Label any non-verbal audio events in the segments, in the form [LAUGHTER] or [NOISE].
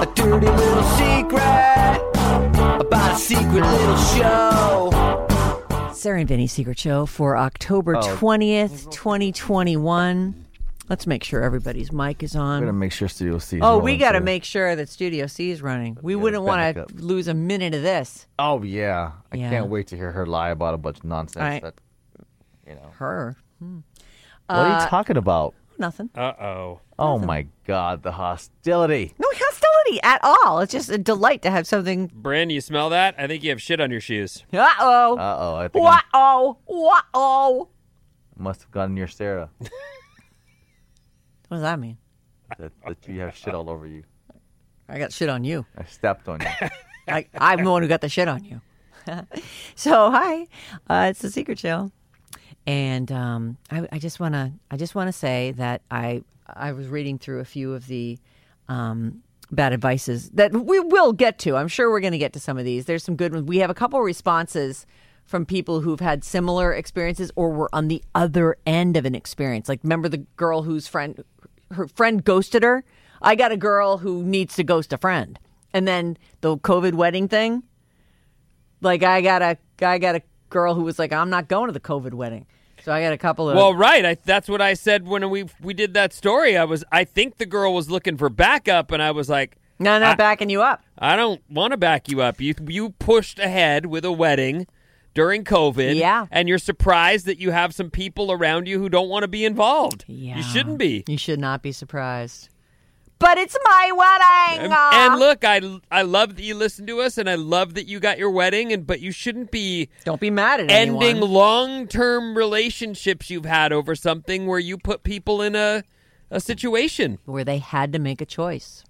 a dirty little secret about a secret little show. Sarah and Vinny's Secret Show for October Oh. 20th, 2021. Let's make sure everybody's mic is We gotta on. make sure Studio C. Is Oh, we rolling, got to too. make sure that Studio C is running. We wouldn't want back to up. lose a minute of this. Oh yeah, I Yeah. can't wait to hear her lie about a bunch of nonsense. Alright. That, Her. Oh, what are you talking about? Nothing. Oh my God, the hostility. No hostility at all. It's just a delight to have something. Bryn, you smell that? I think you have shit on your shoes. Uh oh. Uh oh, I think Uh oh. Uh oh. I must have gotten your Sarah. What does that mean? that, that you have shit all over you. I got shit on you. I stepped on you. I, I'm the one who got the shit on you. [LAUGHS] so hi, uh, it's the Secret Show, and um, I, I just want to I just want to say that I I was reading through a few of the um, bad advices that we will get to. I'm sure we're going to get to some of these. There's some good ones. We have a couple responses from people who've had similar experiences or were on the other end of an experience. Like remember the girl whose friend her friend ghosted her. I got a girl who needs to ghost a friend. And then the COVID wedding thing, like I got a I got a girl who was like, I'm not going to the COVID wedding. So I got a couple of Well, right. I, that's what I said when we we did that story. I was I think the girl was looking for backup, and I was like, no, not backing you up. I don't want to back you up. You you pushed ahead with a wedding during COVID, Yeah. and you're surprised that you have some people around you who don't want to be involved. Yeah. you shouldn't be. You should not be surprised. But it's my wedding. And, Aw. and look, I I love that you listened to us, and I love that you got your wedding, and but you shouldn't be don't be mad at ending anyone. long-term relationships you've had over something where you put people in a a situation. where they had to make a choice,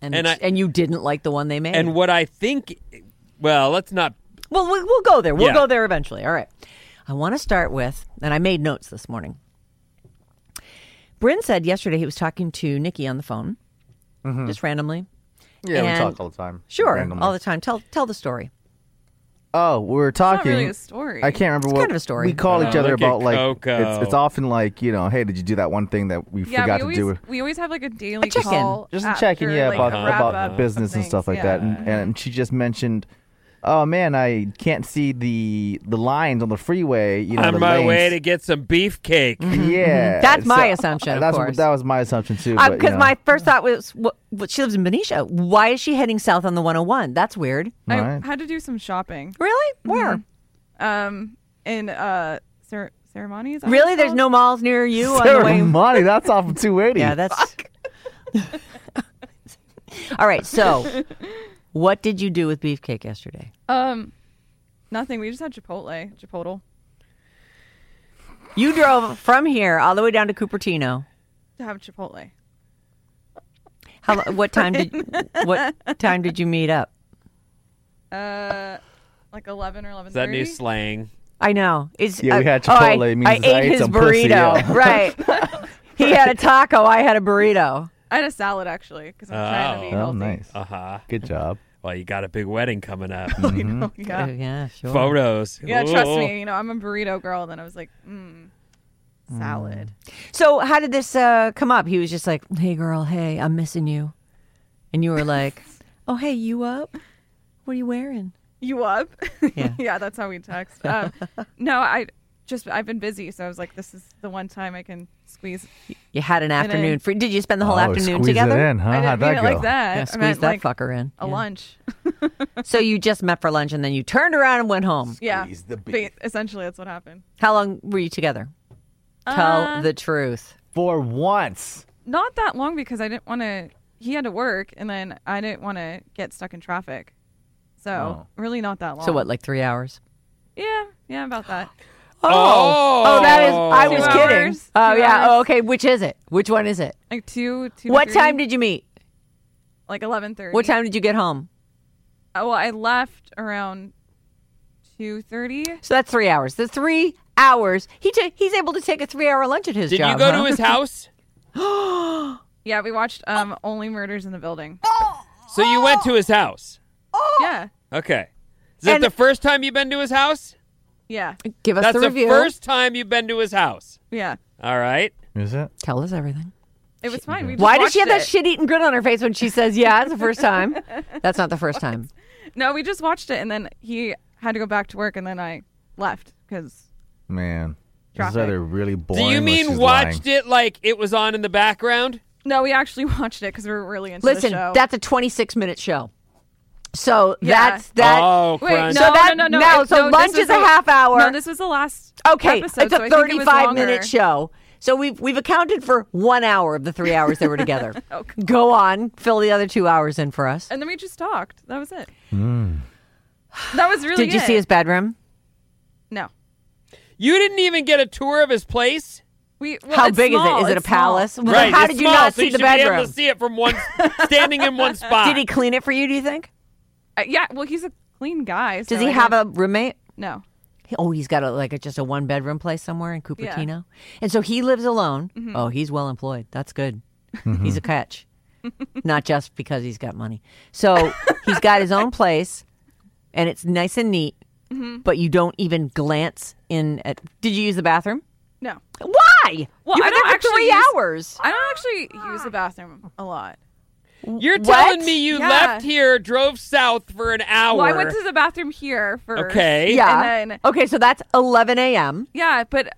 and And it's- I- and you didn't like the one they made. And what I think well, let's not Well, we- we'll go there. We'll Yeah. go there eventually. All right. I want to start with, and I made notes this morning. Bryn said yesterday he was talking to Nikki on the phone, Mm-hmm. just randomly. yeah, we And- talk all the time. Sure, randomly. all the time. Tell tell the story. Oh, we were talking. really a story. I can't remember what kind of a story. we call each other look at about. Like Coco. it's, it's often like you know, hey, did you do that one thing that we Yeah, forgot we always, to do? we always have like a daily check-in. call. just after, checking, yeah, like, about a wrap about up business of and stuff things, like that. And, and she just mentioned, oh man, I can't see the the lines on the freeway. You know, on the my lanes. Mm-hmm. way to get some beefcake. [LAUGHS] Yeah, [LAUGHS] That's my assumption, of that's course. that was my assumption too. Because but, you know, Um, [LAUGHS] my first thought was, what, what, she lives in Benicia. Why is she heading south on the 101? That's weird. Mm-hmm. I Alright. had to do some shopping. Really? Where? Um, in uh, cer- ceremony. Is that what Really? it's There's called? no malls near you on the Sarah way. Monty, that's off of two eighty. Yeah, that's. [LAUGHS] All right. So, what did you do with beefcake yesterday? Um, nothing. We just had Chipotle. Chipotle. You drove from here all the way down to Cupertino. To have Chipotle. How, lo- what time [LAUGHS] did what time did you meet up? Uh, like eleven or eleven Is that thirty. new slang? I know. It's Yeah, we had oh, I- Chipotle. It means I, I ate ate his some burrito. pussy, yeah. Right. [LAUGHS] he had a taco. I had a burrito. I had a salad actually because I'm trying to Oh. be oh, healthy. nice. Uh huh. Good job. Well, you got a big wedding coming up. [LAUGHS] Oh, Yeah. yeah, sure. Photos. Yeah. Trust Ooh. me. You know, I'm a burrito girl. Then I was like, mm, salad. So how did this uh, come up? He was just like, "Hey, girl. Hey, I'm missing you," and you were like, [LAUGHS] "Oh, hey, you up? What are you wearing?" you up? [LAUGHS] Yeah. [LAUGHS] that's how we text. Um, no, I just I've been busy, so I was like, this is the one time I can squeeze. You had an afternoon I- free. Did you spend the whole afternoon Oh, squeeze together? Uh, It in, huh? I didn't How'd mean that it go? like that. Yeah, I squeeze meant that like fucker in. a Yeah. lunch. [LAUGHS] So you just met for lunch and then you turned around and went home. yeah, Squeeze the Ba- beef. essentially that's what happened. How long were you together? Uh, Tell the truth. For once. Not that long because I didn't want to. He had to work, and then I didn't want to get stuck in traffic. So really, not that long. Oh. So what, like three hours? Yeah, yeah, about that. Oh. oh, that is. I Two was kidding. hours. Oh Two yeah. hours. Oh, okay. Which is it? Which one is it? Like two, two. What time did you meet? Like eleven thirty. What time did you get home? Oh, well, I left around two thirty. So that's three hours. The three hours. He ta- he's able to take a three-hour lunch at his Did job. you go huh? to his house? Yeah, we watched um Only Murders in the Building. So you went to his house. Yeah, Okay. Is that And- the first time you've been to his house? yeah, Give us That's the the review. first time you've been to his house. yeah. All right. Is it? Tell us everything. It was fine. We just Why does she have watched that it. shit-eating grin on her face when she says, "Yeah, it's the first [LAUGHS] time"? That's not the first time. No, we just watched it, and then he had to go back to work, and then I left because Man. This is Traffic. either really boring. Do you or mean she's watched lying. it like it was on in the background? no, we actually [LAUGHS] watched it because we were really into Listen, the show. that's a 26 minute show. So Yeah. that's that. oh, Wait, no, crunch. So that- no, no, no. now- It- so no, this lunch was is a half hour. No, this was the last. okay, episode, it's a so I think it was 35 minute longer. show. So we've we've accounted for one hour of the three hours they were [LAUGHS] together. Go on, fill the other two hours in for us. And then we just talked. That was it. That was really. Did you it. see his bedroom? No. You didn't even get a tour of his place? We. Well, How it's big small, is it? Is it a it's small. palace? Well, then How it's did you small, not so see you the should Be bedroom? able to see it from one [LAUGHS] standing in one spot. Did he clean it for you? Do you think? Uh, yeah. Well, he's a clean guy. Does so he I have mean- a roommate? No. He- Oh, he's got a, like a, just a one bedroom place somewhere in Cupertino, and so he lives alone. Oh, he's well employed. That's good. Mm-hmm. He's a catch, [LAUGHS] not just because he's got money. So he's got his own place, and it's nice and neat. But you don't even glance in. At, did you use the bathroom? No. Why? Well, you were I don't there for actually three use- hours. I don't actually use the bathroom a lot. You're What? telling me you Yeah. left here, drove south for an hour. Well, I went to the bathroom here first. Okay. Yeah. And then okay, so that's 11 a.m. yeah, but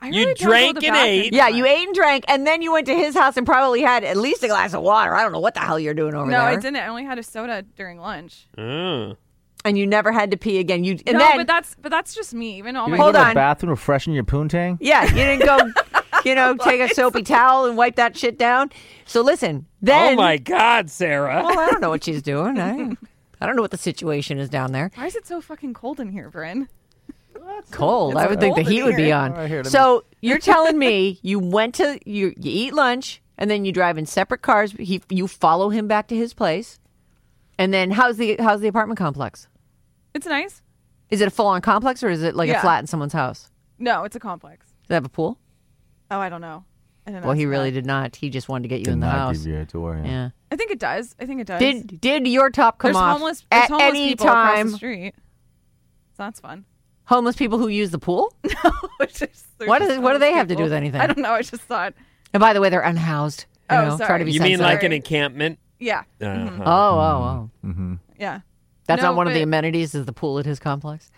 I You really don't go to drank the and bathroom ate. that Yeah, you much. ate and drank, and then you went to his house and probably had at least a glass of water. I don't know what the hell you're doing over No, there. I didn't. I only had a soda during lunch. Mm. And you never had to pee again. You and no, then but that's but that's just me. Even all You my didn't Hold go to on. the bathroom to freshen your poontang? Yeah, you didn't go, you know, take a soapy towel and wipe that shit down. So listen, then. oh my God, Sarah. Well, I don't know what she's doing. I, I don't know what the situation is down there. Why is it so fucking cold in here, Bryn? Cold. I would think the cold in heat would be here. on. All right, here, let me- so [LAUGHS] you're telling me you went to you, you eat lunch and then you drive in separate cars. He, you follow him back to his place, and then how's the how's the apartment complex? It's nice. Is it a full on complex or is it like a Yeah. flat in someone's house? No, it's a complex. Does it have a pool? Oh, I don't know. I don't know Well, he about really that. did not. He just wanted to get you in the Not house. give you a tour. Yeah. yeah. I think it does. I think it does. Did did your top come there's off homeless, there's at homeless any people time? across the street. So that's [LAUGHS] fun. homeless people who use the pool? It's just- there's What does- just what do they homeless have to do people. with anything? I don't know. I just thought. And by the way, they're unhoused. You Oh, know, sorry. Try to be You mean sensitive. like an encampment? Yeah, Oh, Uh-huh. oh, oh. yeah. That's No, not one of the but- amenities is the pool at his [LAUGHS] complex.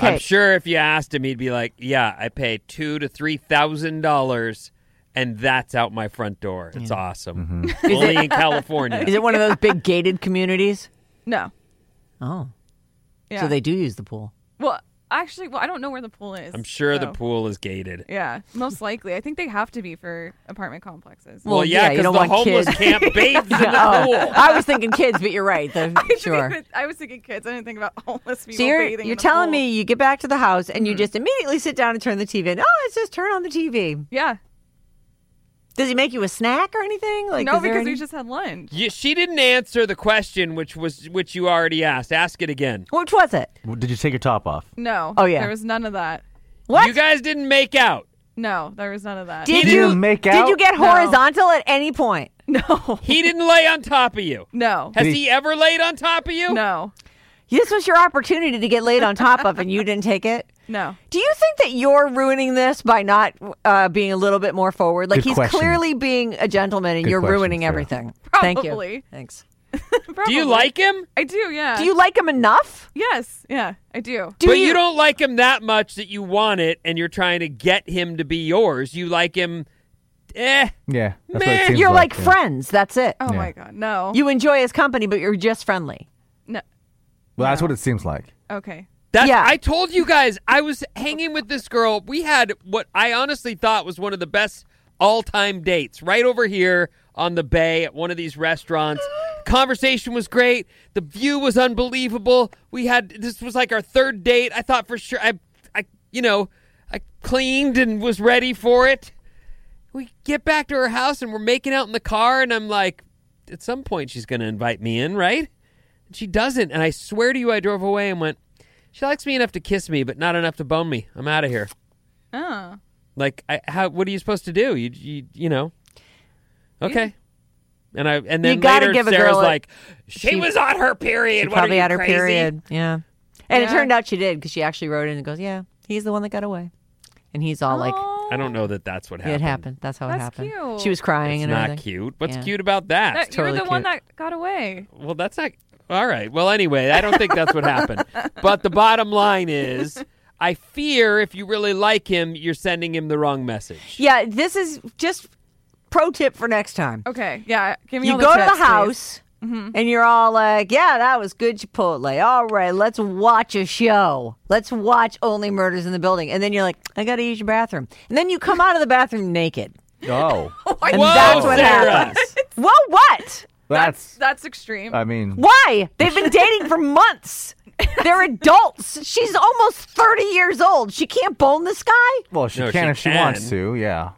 I'm sure if you asked him, he'd be like, "Yeah, I pay two to three thousand dollars, and that's out my front door. It's awesome. Only in California. [LAUGHS] Is it one of those big gated communities? No. Oh. Yeah. So they do use the pool. Well, actually, well, I don't know where the pool is. I'm sure the Oh. so- pool is gated. Yeah, most likely. I think they have to be for apartment complexes. Well, Well, yeah, yeah, you because don't the want homeless kids. can't bathe in [LAUGHS] the Oh, pool. I was thinking kids, but you're right. The- [LAUGHS] [LAUGHS] I, didn't sure. even- I was thinking kids. I didn't think about homeless people So you're bathing. in you're the telling pool. Mm-hmm. me you get back to the house and you just immediately sit down and turn the TV. And, oh, it's just turn on the TV. Yeah. Does he make you a snack or anything? Like no, is there because any- we just had lunch. You, she didn't answer the question, which was which you already asked. Ask it again. Which was it? Well, Did you take your top off? No. Oh, yeah. There was none of that. What? You guys didn't make out. No, there was none of that. Did Did you you make Did you out? get No. horizontal at any point? [LAUGHS] no. [LAUGHS] He didn't lay on top of you. No. Has Did he ever laid on top of you? No. This was your opportunity to get laid on top of, and you didn't take it. No. Do you think that you're ruining this by not uh, being a little bit more forward? Like Good he's question. clearly being a gentleman, and Good you're question, ruining Sarah. everything. Thank you. Probably. Thanks. Do you like him? I do. Yeah. Do you like him enough? Yes. Yeah. I do. Do but you... don't like him that much that you want it and you're trying to get him to be yours. You like him, eh? Yeah. That's what Meh. it seems You're like, yeah. friends. That's it. Oh my god. No. You enjoy his company, but you're just friendly. no. Well, that's what it seems like. [LAUGHS] Okay. That's, Yeah. I told you guys I was hanging with this girl. We had what I honestly thought was one of the best all-time dates right over here on the bay at one of these restaurants. Conversation was great. The view was unbelievable. We had this was like our third date. I thought for sure I I you know, I cleaned and was ready for it. We get back to her house and we're making out in the car and I'm like at some point she's going to invite me in, right? And she doesn't. And I swear to you I drove away and went she likes me enough to kiss me, but not enough to bone me. I'm out of here. Oh. Like, I, how? What are you supposed to do? You, you, you know. Okay. And I, and You then gotta later give a Sarah's girl a- like, she, she- was on her period. What are Probably you, at her crazy?" period. Yeah. And it Yeah. turned out she did because she actually wrote in and goes, "Yeah, he's the one that got away," and he's all like, Oh, I don't know that that's what "Yeah, happened. "It happened. That's how it That's happened." cute. She was crying It's and not everything. cute. What's Yeah. cute about that? that- you're totally the one cute. that got away. Well, that's not all right. Well, anyway, I don't think that's [LAUGHS] what happened. But the bottom line is, I fear if you really like him, you're sending him the wrong message. Yeah, this is just pro tip for next time. Okay. Yeah. Give me You all the go to tips, the house and you're all like, "Yeah, that was good Chipotle. All right, let's watch a show. Let's watch Only Murders in the Building." And then you're like, "I got to use your bathroom." And then you come out of the bathroom naked. Oh, And Whoa, that's what Sarah. happens. Whoa, what? [LAUGHS] that's. please. That's extreme. I mean, Why? They've been dating for months. They're adults. She's almost 30 years old. She can't bone this guy? well, she No, can she if she can. wants to. Yeah.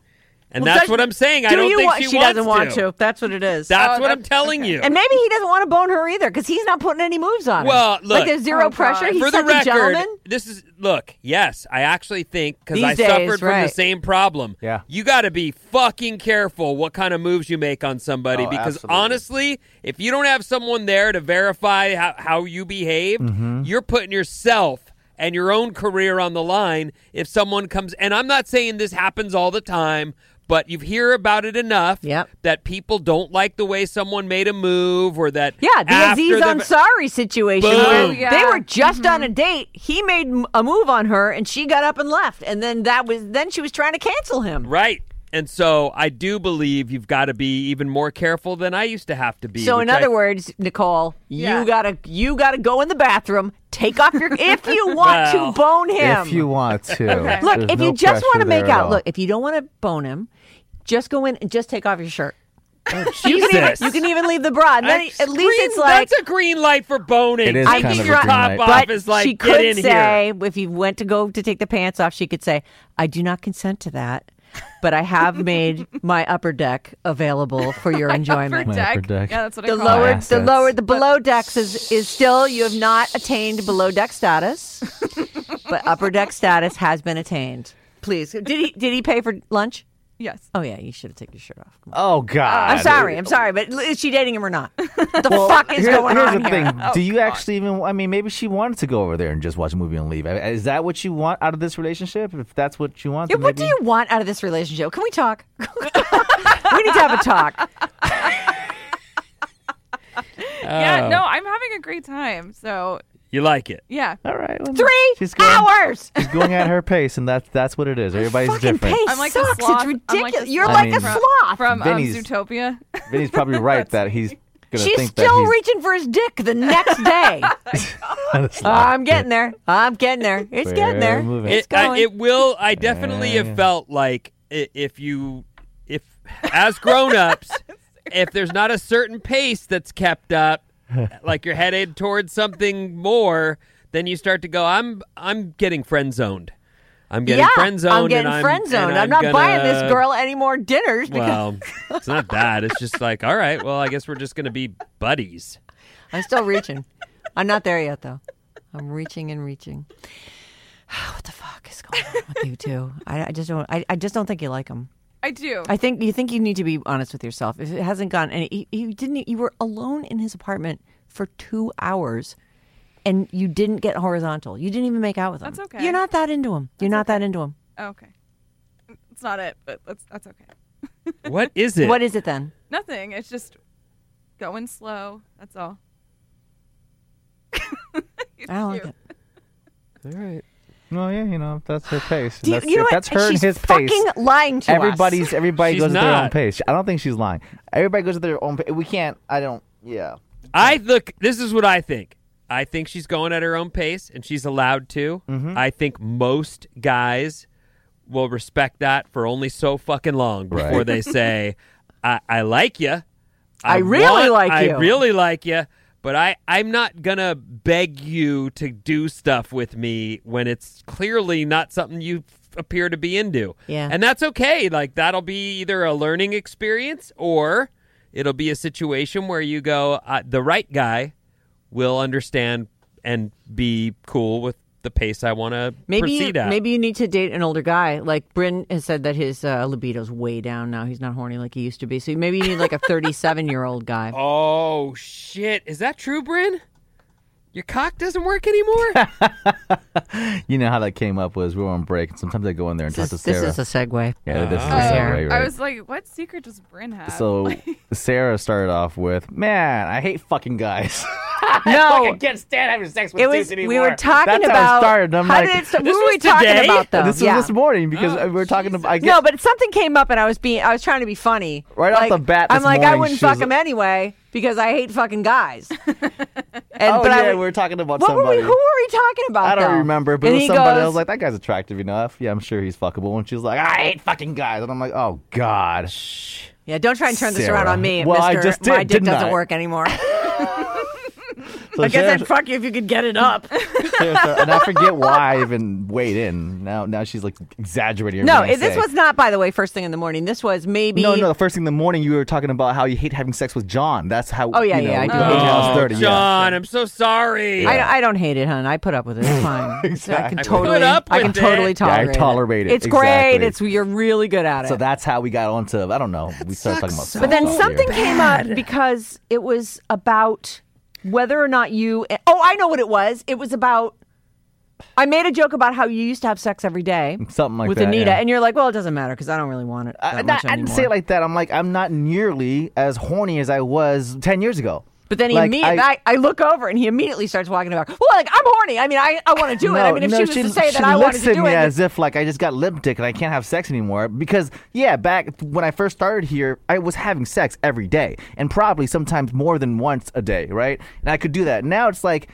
And Well, that's does- what I'm saying. I Do don't you think want- she, she wants doesn't want to. That's what it is. That's what I'm telling you. Uh, and maybe he doesn't want to bone her either because he's not putting any moves on her. Well, look. like there's zero Oh, God. pressure. He's for the such a record, gentleman. this is look. Yes, I actually think because These I days, suffered from the right. same problem. Yeah. you got to be fucking careful what kind of moves you make on somebody Oh, because absolutely. honestly, if you don't have someone there to verify how, how you behaved, Mm-hmm. you're putting yourself and your own career on the line. If someone comes, and I'm not saying this happens all the time. But you hear about it enough Yep. that people don't like the way someone made a move, or that Yeah, the after Aziz the- Ansari situation Boom. where Oh, yeah. Mm-hmm. they were just on a date. He made m- a move on her, and she got up and left. And then that was then she was trying to cancel him. Right. And so I do believe you've got to be even more careful than I used to have to be. So in which I- other words, Nicole, Yeah. you gotta you gotta go in the bathroom, take off your [LAUGHS] if you want Well, to bone him. If you want to. [LAUGHS] look, There's if no you just pressure want to make there at out, all. look, if you don't want to bone him, just go in and just take off your shirt. Oh, You can, even, Jesus. you can even leave the bra. And then I- at least green- it's like that's a green light for boning. It is I kind think of a your green top light. off but is like she get could in say here. if you went to go to take the pants off, she could say, "I do not consent to that." But I have [LAUGHS] made my upper deck available for your enjoyment. Upper deck. upper deck. Yeah, that's what the I call lower it. the assets. lower the below decks is is still you have not attained below deck status [LAUGHS] but upper deck status has been attained please did he did he pay for lunch Yes. oh yeah you should have taken your shirt off Come on. Uh, Oh God. i'm sorry i'm sorry but is she dating him or not the fuck is Here- going here's on the here Oh, thing. Do you actually even? I mean, maybe she wanted to go over there and just watch a movie and leave. I- Is that what you want out of this relationship? If that's what you want, Yeah, then what do maybe- you want out of this relationship can we talk [LAUGHS] we need to have a [LAUGHS] talk Oh. Yeah. No, I'm having a great time. So Oh, You like it. yeah, All right. well, three she's going, hours She's going at her pace, and that's that's what it is. Everybody's fucking different. pace I'm like sucks a sloth. it's I'm ridiculous like a you're sloth like a I from- sloth from um, Vinny's- Zootopia. [LAUGHS] Vinny's [LAUGHS] probably right that he's gonna She's think [LAUGHS] still that reaching for his dick the next day. [LAUGHS] he's. I'm getting there. I'm getting there. It's We're getting there. moving. It's It, I, going. it will. I definitely have felt like i- if you, if [LAUGHS] as grown-ups, if there's not a certain pace that's [LAUGHS] kept up, like you're headed towards something more, then you start to go. I'm I'm getting friend zoned. I'm getting yeah, friend zoned. I'm getting and I'm, friend zoned. and I'm, not gonna- buying this girl any more dinners because [LAUGHS] Well, it's not that. It's just like, all right. Well, I guess we're just gonna be buddies. I'm still reaching. I'm not there yet though. I'm reaching and reaching. [SIGHS] what the fuck is going on with you two? I, I just don't. I, I just don't think you like him. I do. I think you think you need to be honest with yourself. If it hasn't gone, and you, you didn't, you were alone in his apartment for two hours, and you didn't get horizontal. You didn't even make out with him. That's okay. You're not that into him. You're not that into him. Oh, okay. It's not it, but that's that's okay. What is it? What is it then? Nothing. It's just going slow. That's all. [LAUGHS] I don't like it. All right. Well, yeah, you know, if that's her pace. Do you, that's, you know if what? that's her She's and his fucking pace. lying to us. Everybody's everybody She's goes at their own not. pace. I don't think she's lying. Everybody goes at their own pace. We can't. I don't. Yeah. I look. This is what I think. I think she's going at her own pace, and she's allowed to. Mm-hmm. I think most guys will respect that for only so fucking long before Right. [LAUGHS] they say, "I, I like you. I really like I you." really like you." But I, I'm not gonna beg you to do stuff with me when it's clearly not something you f- appear to be into. Yeah. And that's okay. Like that'll be either a learning experience or it'll be a situation where you go, uh, the right guy will understand and be cool with the pace I want to Maybe you, proceed at. maybe you need to date an older guy. Like Bryn has said that his uh, libido's way down now. He's not horny like he used to be. So maybe you need like a 37 year [LAUGHS] old guy. Oh shit! Is that true, Bryn? Your cock doesn't work anymore. You know how that came up was we were on break, and sometimes I go in there and this, talk is, to this Sarah. is a segue. yeah, this is Oh. the same Sarah. way, I right? was like, what secret does Bryn [LAUGHS] have? [LAUGHS] so Sarah started off with, "Man, I hate fucking guys." No, I can't stand having sex with it dudes was. anymore. We were talking That's about. How it started. I'm how like, did it start? this What were we was talking today? about though? This yeah. was this morning because uh, Oh, we were talking about. I guess, no, but something came up, and I was being. I was trying to be funny. Right off like, the bat I'm this like, I morning, wouldn't she was fuck him anyway because I hate [LAUGHS] fucking guys. and oh but yeah, I, we were talking about what somebody. were we? Who were we talking about? I don't though? remember, but and it was he somebody. goes, I was like, that guy's attractive enough. Yeah, I'm sure he's fuckable. And she's like, I hate fucking guys. And I'm like, oh [LAUGHS] god. Yeah, don't try and turn this around Sarah. on me, Well, I Mister. just did, My dick didn't doesn't I? [LAUGHS] work anymore. So I guess Sarah- [LAUGHS] I'd fuck you if you could get it up. Sarah started- and I forget why I even weighed in. Now, now she's like exaggerating. no, everything I this say. was not, by the way, first thing in the morning. This was maybe. No, no. The first thing in the morning, you were talking about how you hate having sex with John. That's how. Oh, yeah, you know, yeah, I we do got hate to that. house [LAUGHS] oh, 30, yeah. John, I'm so sorry. Yeah. I, I don't hate it, hon. I put up with it. [LAUGHS] It's fine. I Exactly. can I put totally, up I can with it. totally Yeah, I tolerate it. tolerate it. It's great. Exactly. It's you're really good at it. So that's how we got onto. I don't know. we started talking about. but then sex all something year. came up because it was about whether or not you. Oh, I know what it was. It was about. I made a joke about how you used to have sex [LAUGHS] every day. Something like with that, Anita, yeah. and you're like, well, it doesn't matter because I don't really want it. I, I- that much I didn't anymore." say it like that. I'm like, I'm not nearly as horny as I was ten years ago. But then he Like, immediately, I, I look over and he immediately starts walking about. Well, like I'm horny. I mean, I, I want to do it. I mean, if she was to say she that I wanted looks to at do me it, [LAUGHS] as if like I just got lip dick and I can't have sex anymore because yeah, back when I first started here, I was having sex every day and probably sometimes more than once a day, right? And I could do that. Now it's like.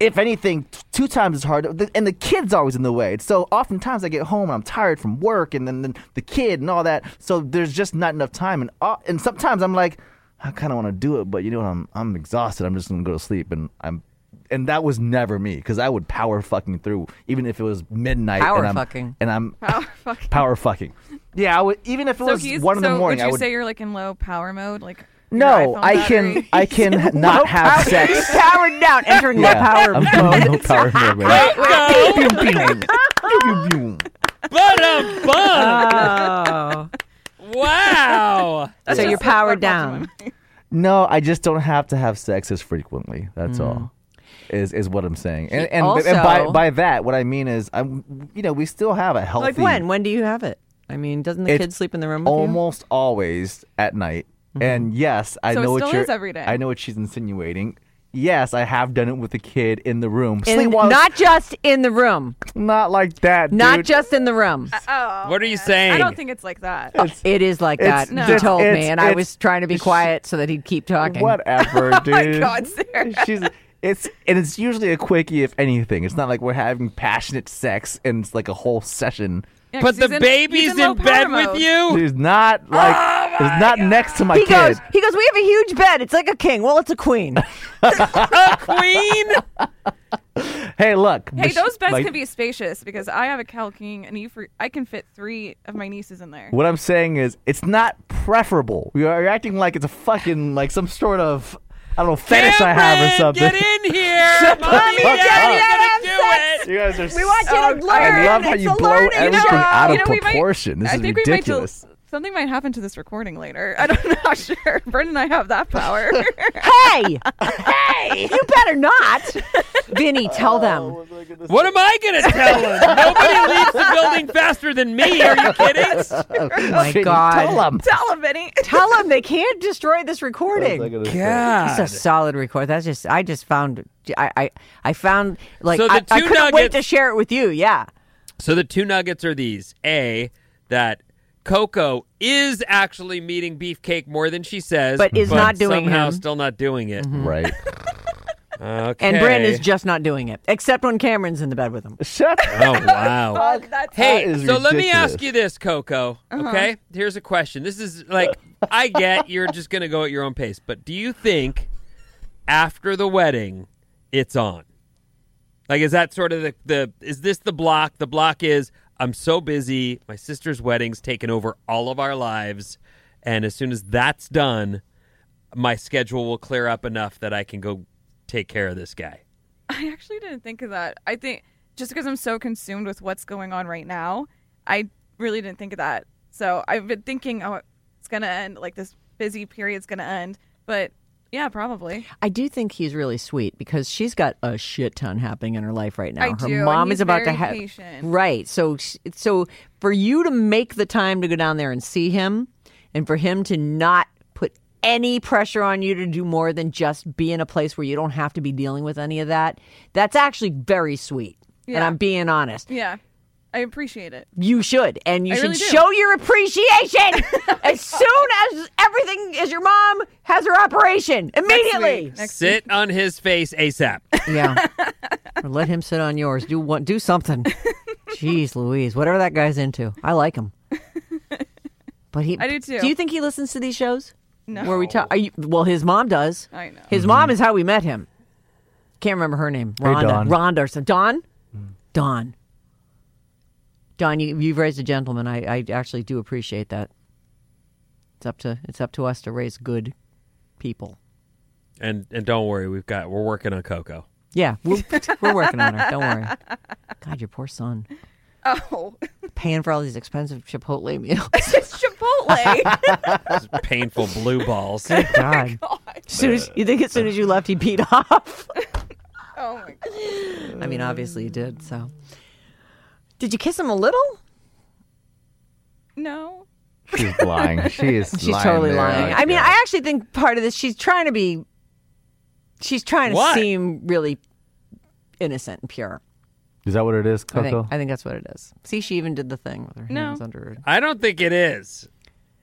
If anything, t- two times as hard, th- and the kid's always in the way. So oftentimes I get home and I'm tired from work, and then, then the kid and all that. So there's just not enough time, and uh, and sometimes I'm like, I kind of want to do it, but you know what? I'm I'm exhausted. I'm just gonna go to sleep, and I'm and that was never me because I would power fucking through, even if it was midnight. Power and I'm, fucking. and I'm Power [LAUGHS] fucking. power fucking. Yeah, I would even if it oh, So, was he's- one in so the morning. would you I would say you're like in low power mode? Like your no. iPhone I can battery? I [LAUGHS] can not have sex. powered down, [LAUGHS] entering Yeah, the power I'm mode. doing low power mode. [LAUGHS] Go, Pew, pew, pew, pew, pew. bada bum. Oh, Wow. so you're powered down. No, I just don't have to have sex as frequently. That's all. Is is what I'm saying. And and, and by also- by that, what I mean is I'm you know, we still have a healthy Like when? When do you have it? I mean, doesn't the It's kid sleep in the room with you? almost always at night. And yes, I So it know what still you're. is every day. I know what she's insinuating. Yes, I have done it with a kid in the room. In, Sleepwalk- not just in the room. not like that, Not dude. just in the room. What are you saying? Oh, I don't think it's like that. it is like it's- that. no. He it's- told me, it's- and I it's- was trying to be quiet so that he'd keep talking. Whatever, dude. God, Sarah. She's it's and it's usually a quickie if anything. It's not like we're having passionate sex and it's like a whole session. Yeah, 'cause But the he's in- baby's he's in, in, low bed power with mode. you. She's not like it's not next to my He kid. goes. He goes. We have a huge bed. It's like a king. Well, it's a queen. [LAUGHS] [LAUGHS] A queen. hey, look. Hey, Mich- those beds like, can be spacious because I have a Cal King and you fr- I can fit three of my nieces in there. What I'm saying is, it's not preferable. You are acting like it's a fucking like some sort of I don't know fetish I have or Cameron, something. Get in here. Mommy the fuck and Daddy's up. gonna do it. [LAUGHS] You guys are. We want you to learn. I love how It's you a blow learning everything show. out of You know, we might- proportion. this I is think ridiculous. We might del- something might happen to this recording later. I don't [LAUGHS] know. I'm sure. Brendan and I have that power. [LAUGHS] hey, hey, you better not, Vinny. Tell them. Oh, [LAUGHS] What am I gonna tell him? Nobody leaves the building faster than me. Are [LAUGHS] you kidding? Oh my Tell God. 'em. Tell him, Vinny. Tell them they can't destroy this recording. It's a solid record. That's just I just found I I, I found like So the I, I two couldn't wait to nuggets- share it with you. Yeah. So the two nuggets are these: a that Coco is actually meeting Beefcake more than she says, But is not doing somehow him. still not doing it. Right. [LAUGHS] Okay. And Bryn is just not doing it, except when Cameron's in the bed with him. Shut up. [LAUGHS] Oh wow. [LAUGHS] That's Hey, so is let me ridiculous. ask you this, Coco. Okay, here's a question. This is [LAUGHS] like, I get you're just gonna go at your own pace, but do you think after the wedding, it's on? Like, is that sort of the the is this the block? The block is I'm so busy. My sister's wedding's taken over all of our lives, and as soon as that's done, my schedule will clear up enough that I can go take care of this guy. I actually didn't think of that. I think just because I'm so consumed with what's going on right now, I really didn't think of that. So I've been thinking, oh, it's gonna end. Like this busy period's gonna end. But yeah, probably. I do think he's really sweet because she's got a shit ton happening in her life right now. I her do, and mom is he's about to very have patient. right. So sh- so for you to make the time to go down there and see him, and for him to not put any pressure on you to do more than just be in a place where you don't have to be dealing with any of that, that's actually very sweet. And Yeah. I'm being honest. Yeah, I appreciate it. You should, and you I should really do. show your [LAUGHS] appreciation as soon as everything as your mom has her operation immediately. Next Sit on his face ASAP. Yeah. [LAUGHS] or let him sit on yours. Do one, do something. Jeez Louise, whatever that guy's into. I like him. But he I do, too. Do you think he listens to these shows? No. Uh-huh. Where we talk are you, well his mom does. [LAUGHS] I know. His mom is how we met him. Can't remember her name. Rhonda. Dawn. Rhonda or some Don? Don. Don, you you've raised a gentleman. I, I actually do appreciate that. It's up to it's up to us to raise good people. And and don't worry, we've got we're working on Coco. Yeah, [LAUGHS] we're, we're working on her. Don't worry. God, your poor son. Oh, Paying for all these expensive Chipotle [LAUGHS] meals. [LAUGHS] it's [LAUGHS] Chipotle. Painful blue balls. [LAUGHS] God. Oh [LAUGHS] Soon as, you think as soon as you left, he beat off? oh my god. I mean, obviously he did, so. Did you kiss him a little? No. She's [LAUGHS] lying. She is She's totally there. lying. I mean, Yeah. I actually think part of this, she's trying to be, she's trying to What? seem really innocent and pure. Is that what it is, I think, Coco? I think that's what it is. See, she even did the thing with her No. hands under her. [LAUGHS] I don't think it is.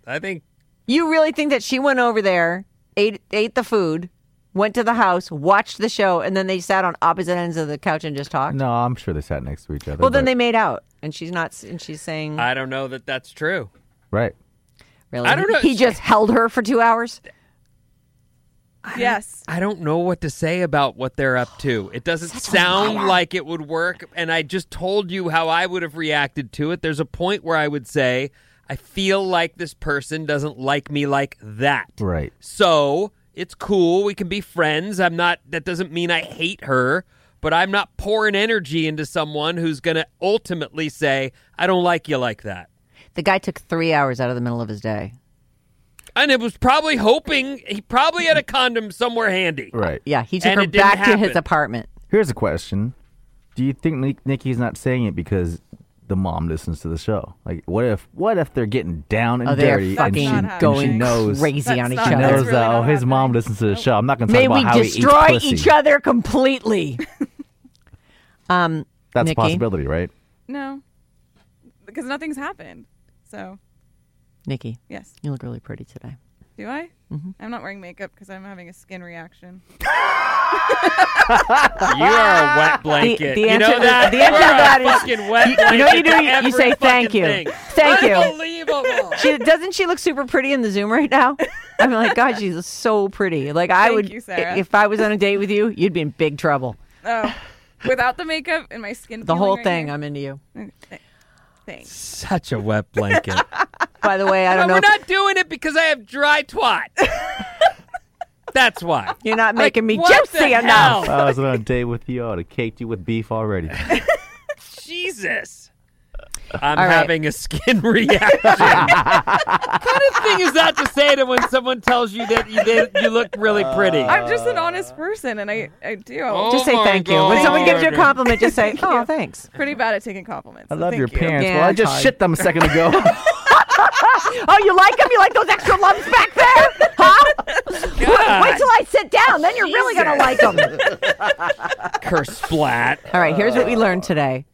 I think You really think that she went over there, ate ate the food, went to the house, watched the show, and then they sat on opposite ends of the couch and just talked? No, I'm sure they sat next to each other. Well, then but- they made out, and she's not, and she's saying, I don't know that that's true. right. "Really, I don't know. He just held her for two hours. Yes. I don't know what to say about what they're up to. It doesn't sound like it would work, and I just told you how I would have reacted to it. There's a point where I would say, I feel like this person doesn't like me like that. Right. So it's cool. We can be friends. I'm not, that doesn't mean I hate her, but I'm not pouring energy into someone who's going to ultimately say, I don't like you like that. The guy took three hours out of the middle of his day. And it was probably hoping, he probably had a condom somewhere handy. Right. Uh, Yeah, he took And her it didn't back to his happen. apartment. Here's a question: Do you think Nik- Nikki's not saying it because the mom listens to the show? Like, what if what if they're getting down and Oh, they're dirty and she, fucking and happening. going she knows crazy That's on each not- she other. knows That's really that oh not his mom happening. listens to the show. I'm not going to talk May about we how he destroy eats pussy. each other completely? [LAUGHS] um, That's Nikki? a possibility, [LAUGHS] right? No. Because nothing's happened. So Nikki, yes. you look really pretty today. Do I? Mm-hmm. I'm not wearing makeup because I'm having a skin reaction. You are a wet [LAUGHS] blanket. the you know answer- that? the answer You to are a that is- fucking wet you- blanket. you know what you do? to You- you every say fucking thank you. thing. Thank you. [LAUGHS] Unbelievable. She doesn't she look super pretty in the Zoom right now? I'm like, God, she's so pretty. Like I Thank would, you, Sarah. if I was on a date with you, you'd be in big trouble. Oh, without the makeup and my skin. The peeling whole right thing, here? I'm into you. Thanks. Such a wet [LAUGHS] blanket. By the way, I no, don't know. we're if- not doing it because I have [LAUGHS] dry twat. That's why. You're not making me what the gypsy enough. hell? I [LAUGHS] was on a date with you. I would have caked you with beef already. Jesus. I'm All right. having a skin [LAUGHS] reaction. what kind of thing is that to say to when someone tells you that you, did, you look really pretty? Uh, I'm just an Uh, honest person, and I, I do. Oh. I'm Just say my thank you. When God. someone gives you a compliment, just say, Thank you. "Oh, thanks." pretty bad at taking compliments. I so love thank your you. pants. Yeah, well, I it's just hard. shit them a second ago. [LAUGHS] Oh, you like them? You like those extra lumps back there? [LAUGHS] Huh? Wait, wait till I sit down, then you're really gonna like them. Curse splat. All right, here's what we learned today.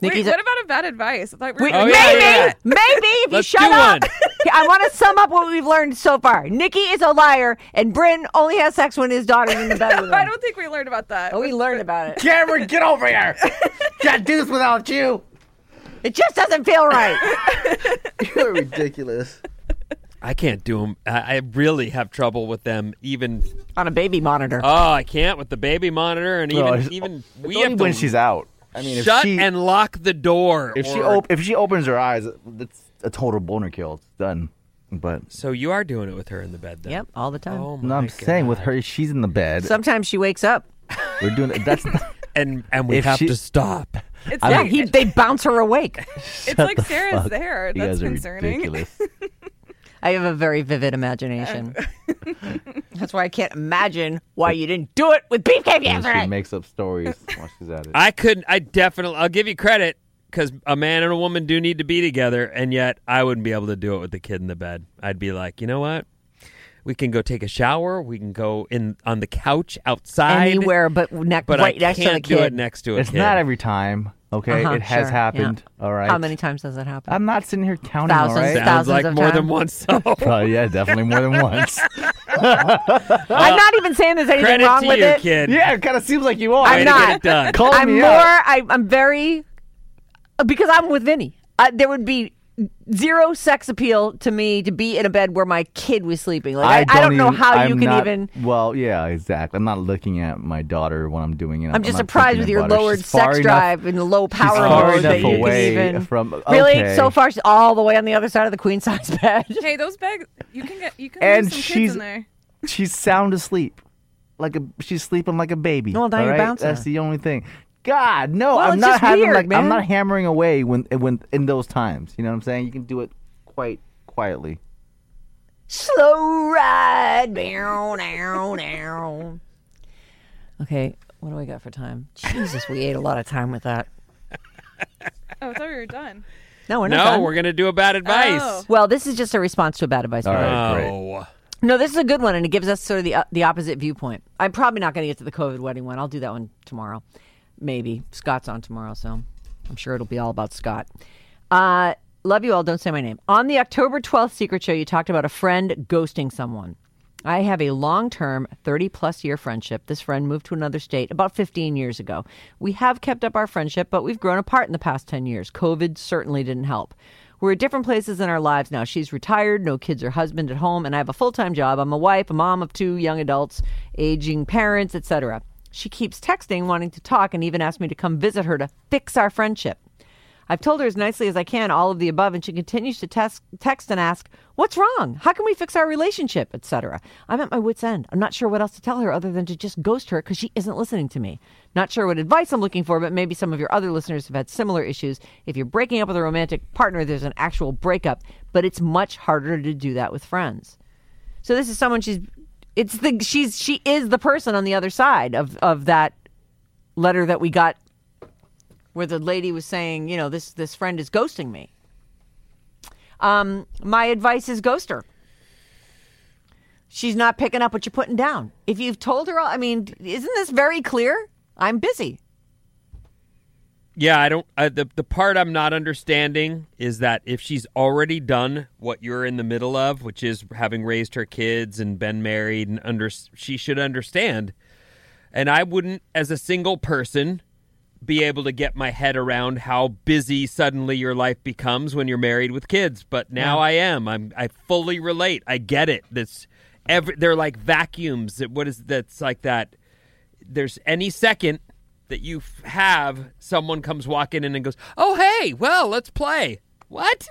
Wait, Nikki's what about a bad advice? I thought we were Wait, Oh, gonna- maybe, yeah, yeah. maybe if Let's you shut do up. one. [LAUGHS] I want to sum up what we've learned so far. Nikki is a liar, and Bryn only has sex when his daughter's in the bed [LAUGHS] with him. I don't think we learned about that. Oh, we learned about it. Cameron, get over here. Can't do this without you. It just doesn't feel right. You're [LAUGHS] ridiculous. I can't do them. I, I really have trouble with them. Even On a baby monitor. oh, I can't with the baby monitor, and even No, it's- even It's we only have to when she's out. I mean, if shut she and lock the door. if she or- op- if she opens her eyes, that's a total boner kill. It's done. But so you are doing it with her in the bed, then. Yep, all the time. Oh my no, I'm God. saying with her, she's in the bed. Sometimes she wakes up. We're doing [LAUGHS] that's and and we If have she- to stop. It's Yeah, like, [LAUGHS] he, they bounce her awake. it's like Sarah's there. you That's guys are concerning. [LAUGHS] ridiculous. I have a very vivid [LAUGHS] imagination. That's why I can't imagine why you didn't do it with beefcake And she yesterday. makes up [LAUGHS] stories while she's at it. I couldn't. I definitely. I'll give you credit because a man and a woman do need to be together, and yet I wouldn't be able to do it with the kid in the bed. I'd be like, you know what? We can go take a shower. We can go in on the couch outside. Anywhere but, ne- but right I next to can't the do it kid. next to a it's kid. not every time, okay? Uh-huh, it has sure, happened. yeah. All right. How many times does that happen? I'm not sitting here counting. Thousands. All right. Thou- Sounds like of more than times. [LAUGHS] once. So. Probably, yeah, definitely more [LAUGHS] than once. I'm not even saying there's anything Uh, Credit wrong to with you, it. kid. yeah, it kind of seems like you are. I'm Way not. To get it done. Call I'm me more. out. I, I'm very uh, because I'm with Vinny. I, there would be zero sex appeal to me to be in a bed where my kid was sleeping. Like I, I don't, know even- how you I'm can not- even. Well, yeah, exactly. I'm not looking at my daughter when I'm doing it. I'm just not surprised thinking with your about her. lowered She's far sex enough- drive and the low She's power far mode enough that you can away even. from. Really, okay. so far she's all the way on the other side of the queen size [LAUGHS] bed. Hey, those bags, you can get you can And leave some she's- kids in there. [LAUGHS] she's sound asleep, like a she's sleeping like a baby. Well, now all you're right? bouncing That's her. the only thing. God, no, Well, I'm it's not just having weird, like man. I'm not hammering away when when in those times. You know what I'm saying? You can do it quite quietly. Slow ride. Meow, meow, meow. Okay, what do I got for time? Jesus, we ate a lot of time with that. Oh, I thought we were done. No, we're not No, done. we're gonna do a bad advice. Oh. Well, this is just a response to a bad advice. All moment. right, great. Oh. No, this is a good one, and it gives us sort of the uh, the opposite viewpoint. I'm probably not going to get to the COVID wedding one. I'll do that one tomorrow, maybe. Scott's on tomorrow, so I'm sure it'll be all about Scott. Uh, love you all. Don't say my name. On the October 12th secret show, you talked about a friend ghosting someone. I have a long term, 30 plus year friendship. This friend moved to another state about 15 years ago. We have kept up our friendship, but we've grown apart in the past 10 years. COVID certainly didn't help. We're at different places in our lives now. She's retired, no kids or husband at home, and I have a full time job. I'm a wife, a mom of two young adults, aging parents, etc. She keeps texting, wanting to talk, and even asked me to come visit her to fix our friendship. I've told her as nicely as I can all of the above, and she continues to tes- text and ask, "What's wrong? How can we fix our relationship?" etc. I'm at my wits' end. I'm not sure what else to tell her other than to just ghost her because she isn't listening to me. Not sure what advice I'm looking for, but maybe some of your other listeners have had similar issues. If you're breaking up with a romantic partner, there's an actual breakup, but it's much harder to do that with friends. So this is someone she's it's the she's she is the person on the other side of of that letter that we got where the lady was saying, you know, this this friend is ghosting me. Um, my advice is ghost her. She's not picking up what you're putting down. If you've told her, all, I mean, isn't this very clear? I'm busy. Yeah, I don't. I, the the part I'm not understanding is that if she's already done what you're in the middle of, which is having raised her kids and been married, and under she should understand. And I wouldn't, as a single person, be able to get my head around how busy suddenly your life becomes when you're married with kids. But now I am. I'm. I fully relate. I get it. That's every. They're like vacuums. That what is that's like that there's any second that you f- have, someone comes walking in and goes, "Oh, hey, well, let's play." What?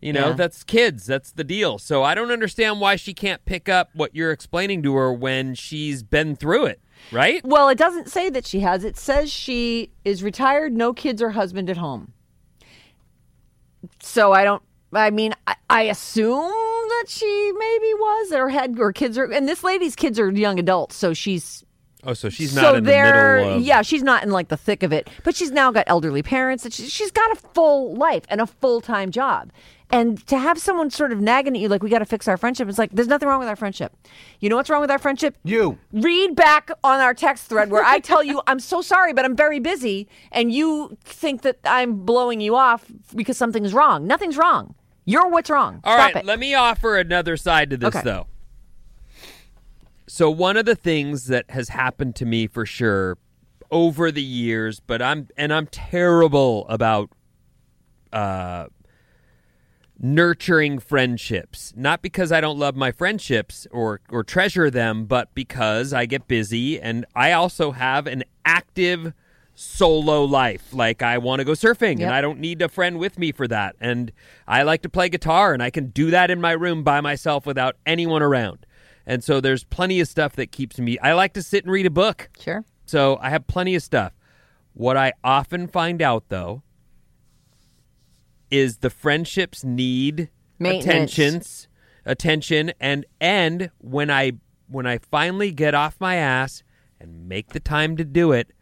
You know, Yeah. that's kids. That's the deal. So I don't understand why she can't pick up what you're explaining to her when she's been through it, right? Well, it doesn't say that she has. It says she is retired, no kids or husband at home. so I don't. I mean, I, I assume that she maybe was or had her kids are, and this lady's kids are young adults, so she's Oh, so she's so not in the they're middle of. yeah, she's not in like the thick of it, but she's now got elderly parents, and she, she's got a full life and a full time job. And to have someone sort of nagging at you like we got to fix our friendship, it's like there's nothing wrong with our friendship. You know what's wrong with our friendship? You. read back on our text thread where I tell you I'm so sorry, but I'm very busy, and you think that I'm blowing you off because something's wrong. Nothing's wrong. You're what's wrong. All Stop right, it. let me offer another side to this Okay. though. So one of the things that has happened to me for sure over the years, but I'm and I'm terrible about uh nurturing friendships. Not because I don't love my friendships or or treasure them, but because I get busy and I also have an active solo life. Like I want to go surfing Yep. and I don't need a friend with me for that. And I like to play guitar and I can do that in my room by myself without anyone around. And so there's plenty of stuff that keeps me I like to sit and read a book. sure. So I have plenty of stuff. What I often find out though is the friendships need Maintenance. attentions, attention and and when I when I finally get off my ass and make the time to do it,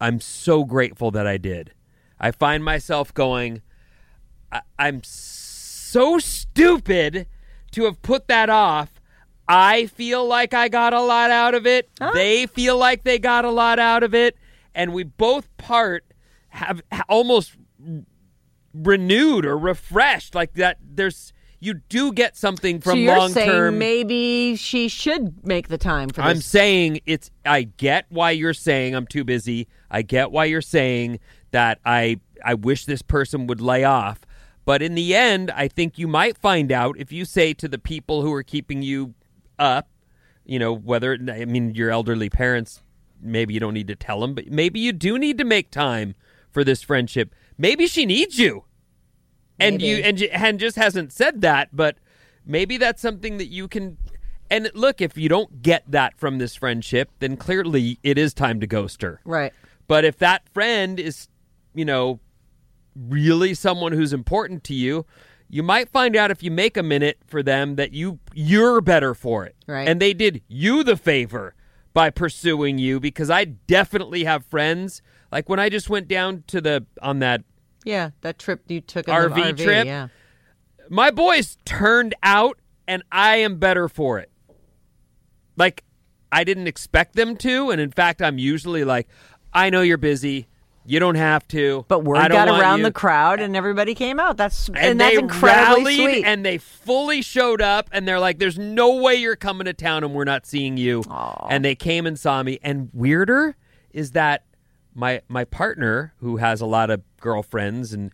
I'm so grateful that I did. I find myself going I, I'm so stupid to have put that off. I feel like I got a lot out of it. They feel like they got a lot out of it, and we both part have ha- almost renewed or refreshed like that. There's you do get something so from you're long saying term. maybe she should make the time for I'm this. saying it's. I get why you're saying I'm too busy. I get why you're saying that I I wish this person would lay off. But in the end, I think you might find out if you say to the people who are keeping you up, you know, whether I mean your elderly parents, maybe you don't need to tell them, but maybe you do need to make time for this friendship. Maybe she needs you and you and, ju- and just hasn't said that but maybe that's something that you can and look if you don't get that from this friendship then clearly it is time to ghost her Right. but if that friend is you know really someone who's important to you you might find out if you make a minute for them that you you're better for it Right. and they did you the favor by pursuing you because i definitely have friends like when i just went down to the on that Yeah, that trip you took in RV the RV trip? Yeah. my boys turned out and I am better for it. Like I didn't expect them to and in fact I'm usually like I know you're busy. You don't have to. But word I don't got want around you." the crowd, and everybody came out. That's and, and, that's they incredibly rallied sweet. and they fully showed up and they're like there's no way you're coming to town and we're not seeing you and they came and saw me and weirder is that my my partner who has a lot of girlfriends and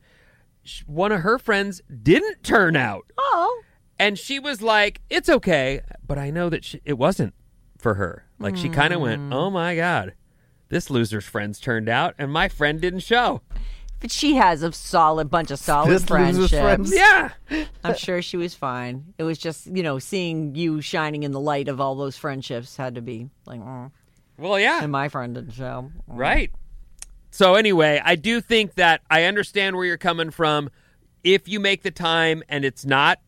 sh- one of her friends didn't turn out oh, and she was like, "It's okay," but I know that she, it wasn't for her. Like she kind of went, "Oh my god, this loser's friends turned out, and my friend didn't show." but she has a solid bunch of solid This loser's friendships. friends. Yeah, I'm sure she was fine. It was just you know seeing you shining in the light of all those friendships had to be like, mm. well, yeah, and my friend Oh, didn't show. right. So anyway, I do think that I understand where you're coming from. If you make the time and it's not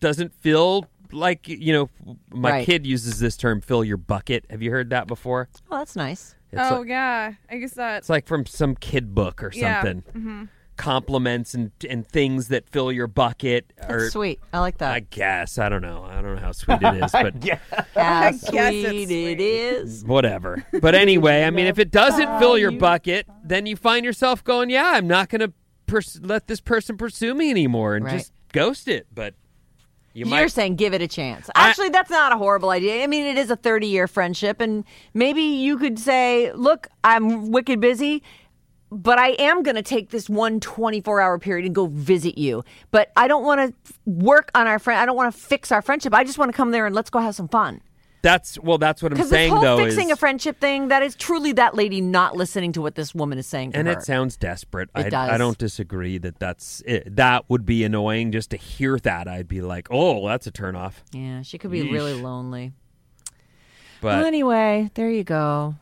doesn't feel like you know, my Right. kid uses this term, "fill your bucket." Have you heard that before? Oh, that's nice. It's Oh a- yeah, I guess that. It's like from some kid book or Yeah. something. Mm-hmm. Compliments and and things that fill your bucket. That's Or sweet. I like that. I guess I don't know. I don't know how sweet it [LAUGHS] is, but How guess it's sweet sweet. it is. [LAUGHS] whatever. But anyway, I mean, if it Oh, doesn't fill your bucket, then you find yourself going, "Yeah, I'm not going to pers- let this person pursue me anymore," and Right. just ghost it. But you You're might. saying give it a chance. Actually, that's not a horrible idea. I mean, it is a 30 year friendship, and maybe you could say, look, I'm wicked busy. But I am going to take this one 24 hour period and go visit you. But I don't want to work on our friend. I don't want to fix our friendship. I just want to come there and let's go have some fun. that's well. That's what I'm Because this saying whole though. fixing is, a friendship thing, that is truly that lady not listening to what this woman is saying to and her. it sounds desperate. I, It does. I don't disagree that that's it. that would be annoying just to hear that. I'd be like, "Oh, that's a turnoff." yeah, she could be Yeesh. really lonely. But anyway, there you go.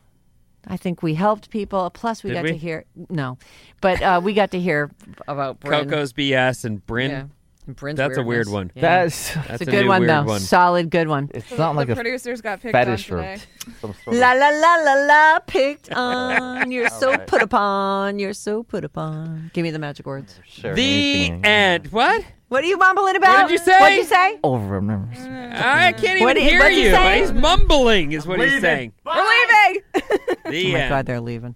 I think we helped people. Plus, we Did got we? to hear no, but uh, we got to hear about Bryn. Coco's BS and Bryn. Yeah. And Bryn's That's a weird weirdness. one. Yeah. That's That's it's a good new one weird though. One. Solid good one. it's not like the a producers got picked on fetish today. or some sort La of la la la la. [LAUGHS] Picked on. You're so put upon. You're so put upon. Give me the magic words. sure, The anything. end. What? What are you mumbling about? did you say? What'd you say? over. Remember. I can't even What did- hear what'd he you. say? He's mumbling, is what he's saying. We're leaving. The Oh my end. God, they're leaving.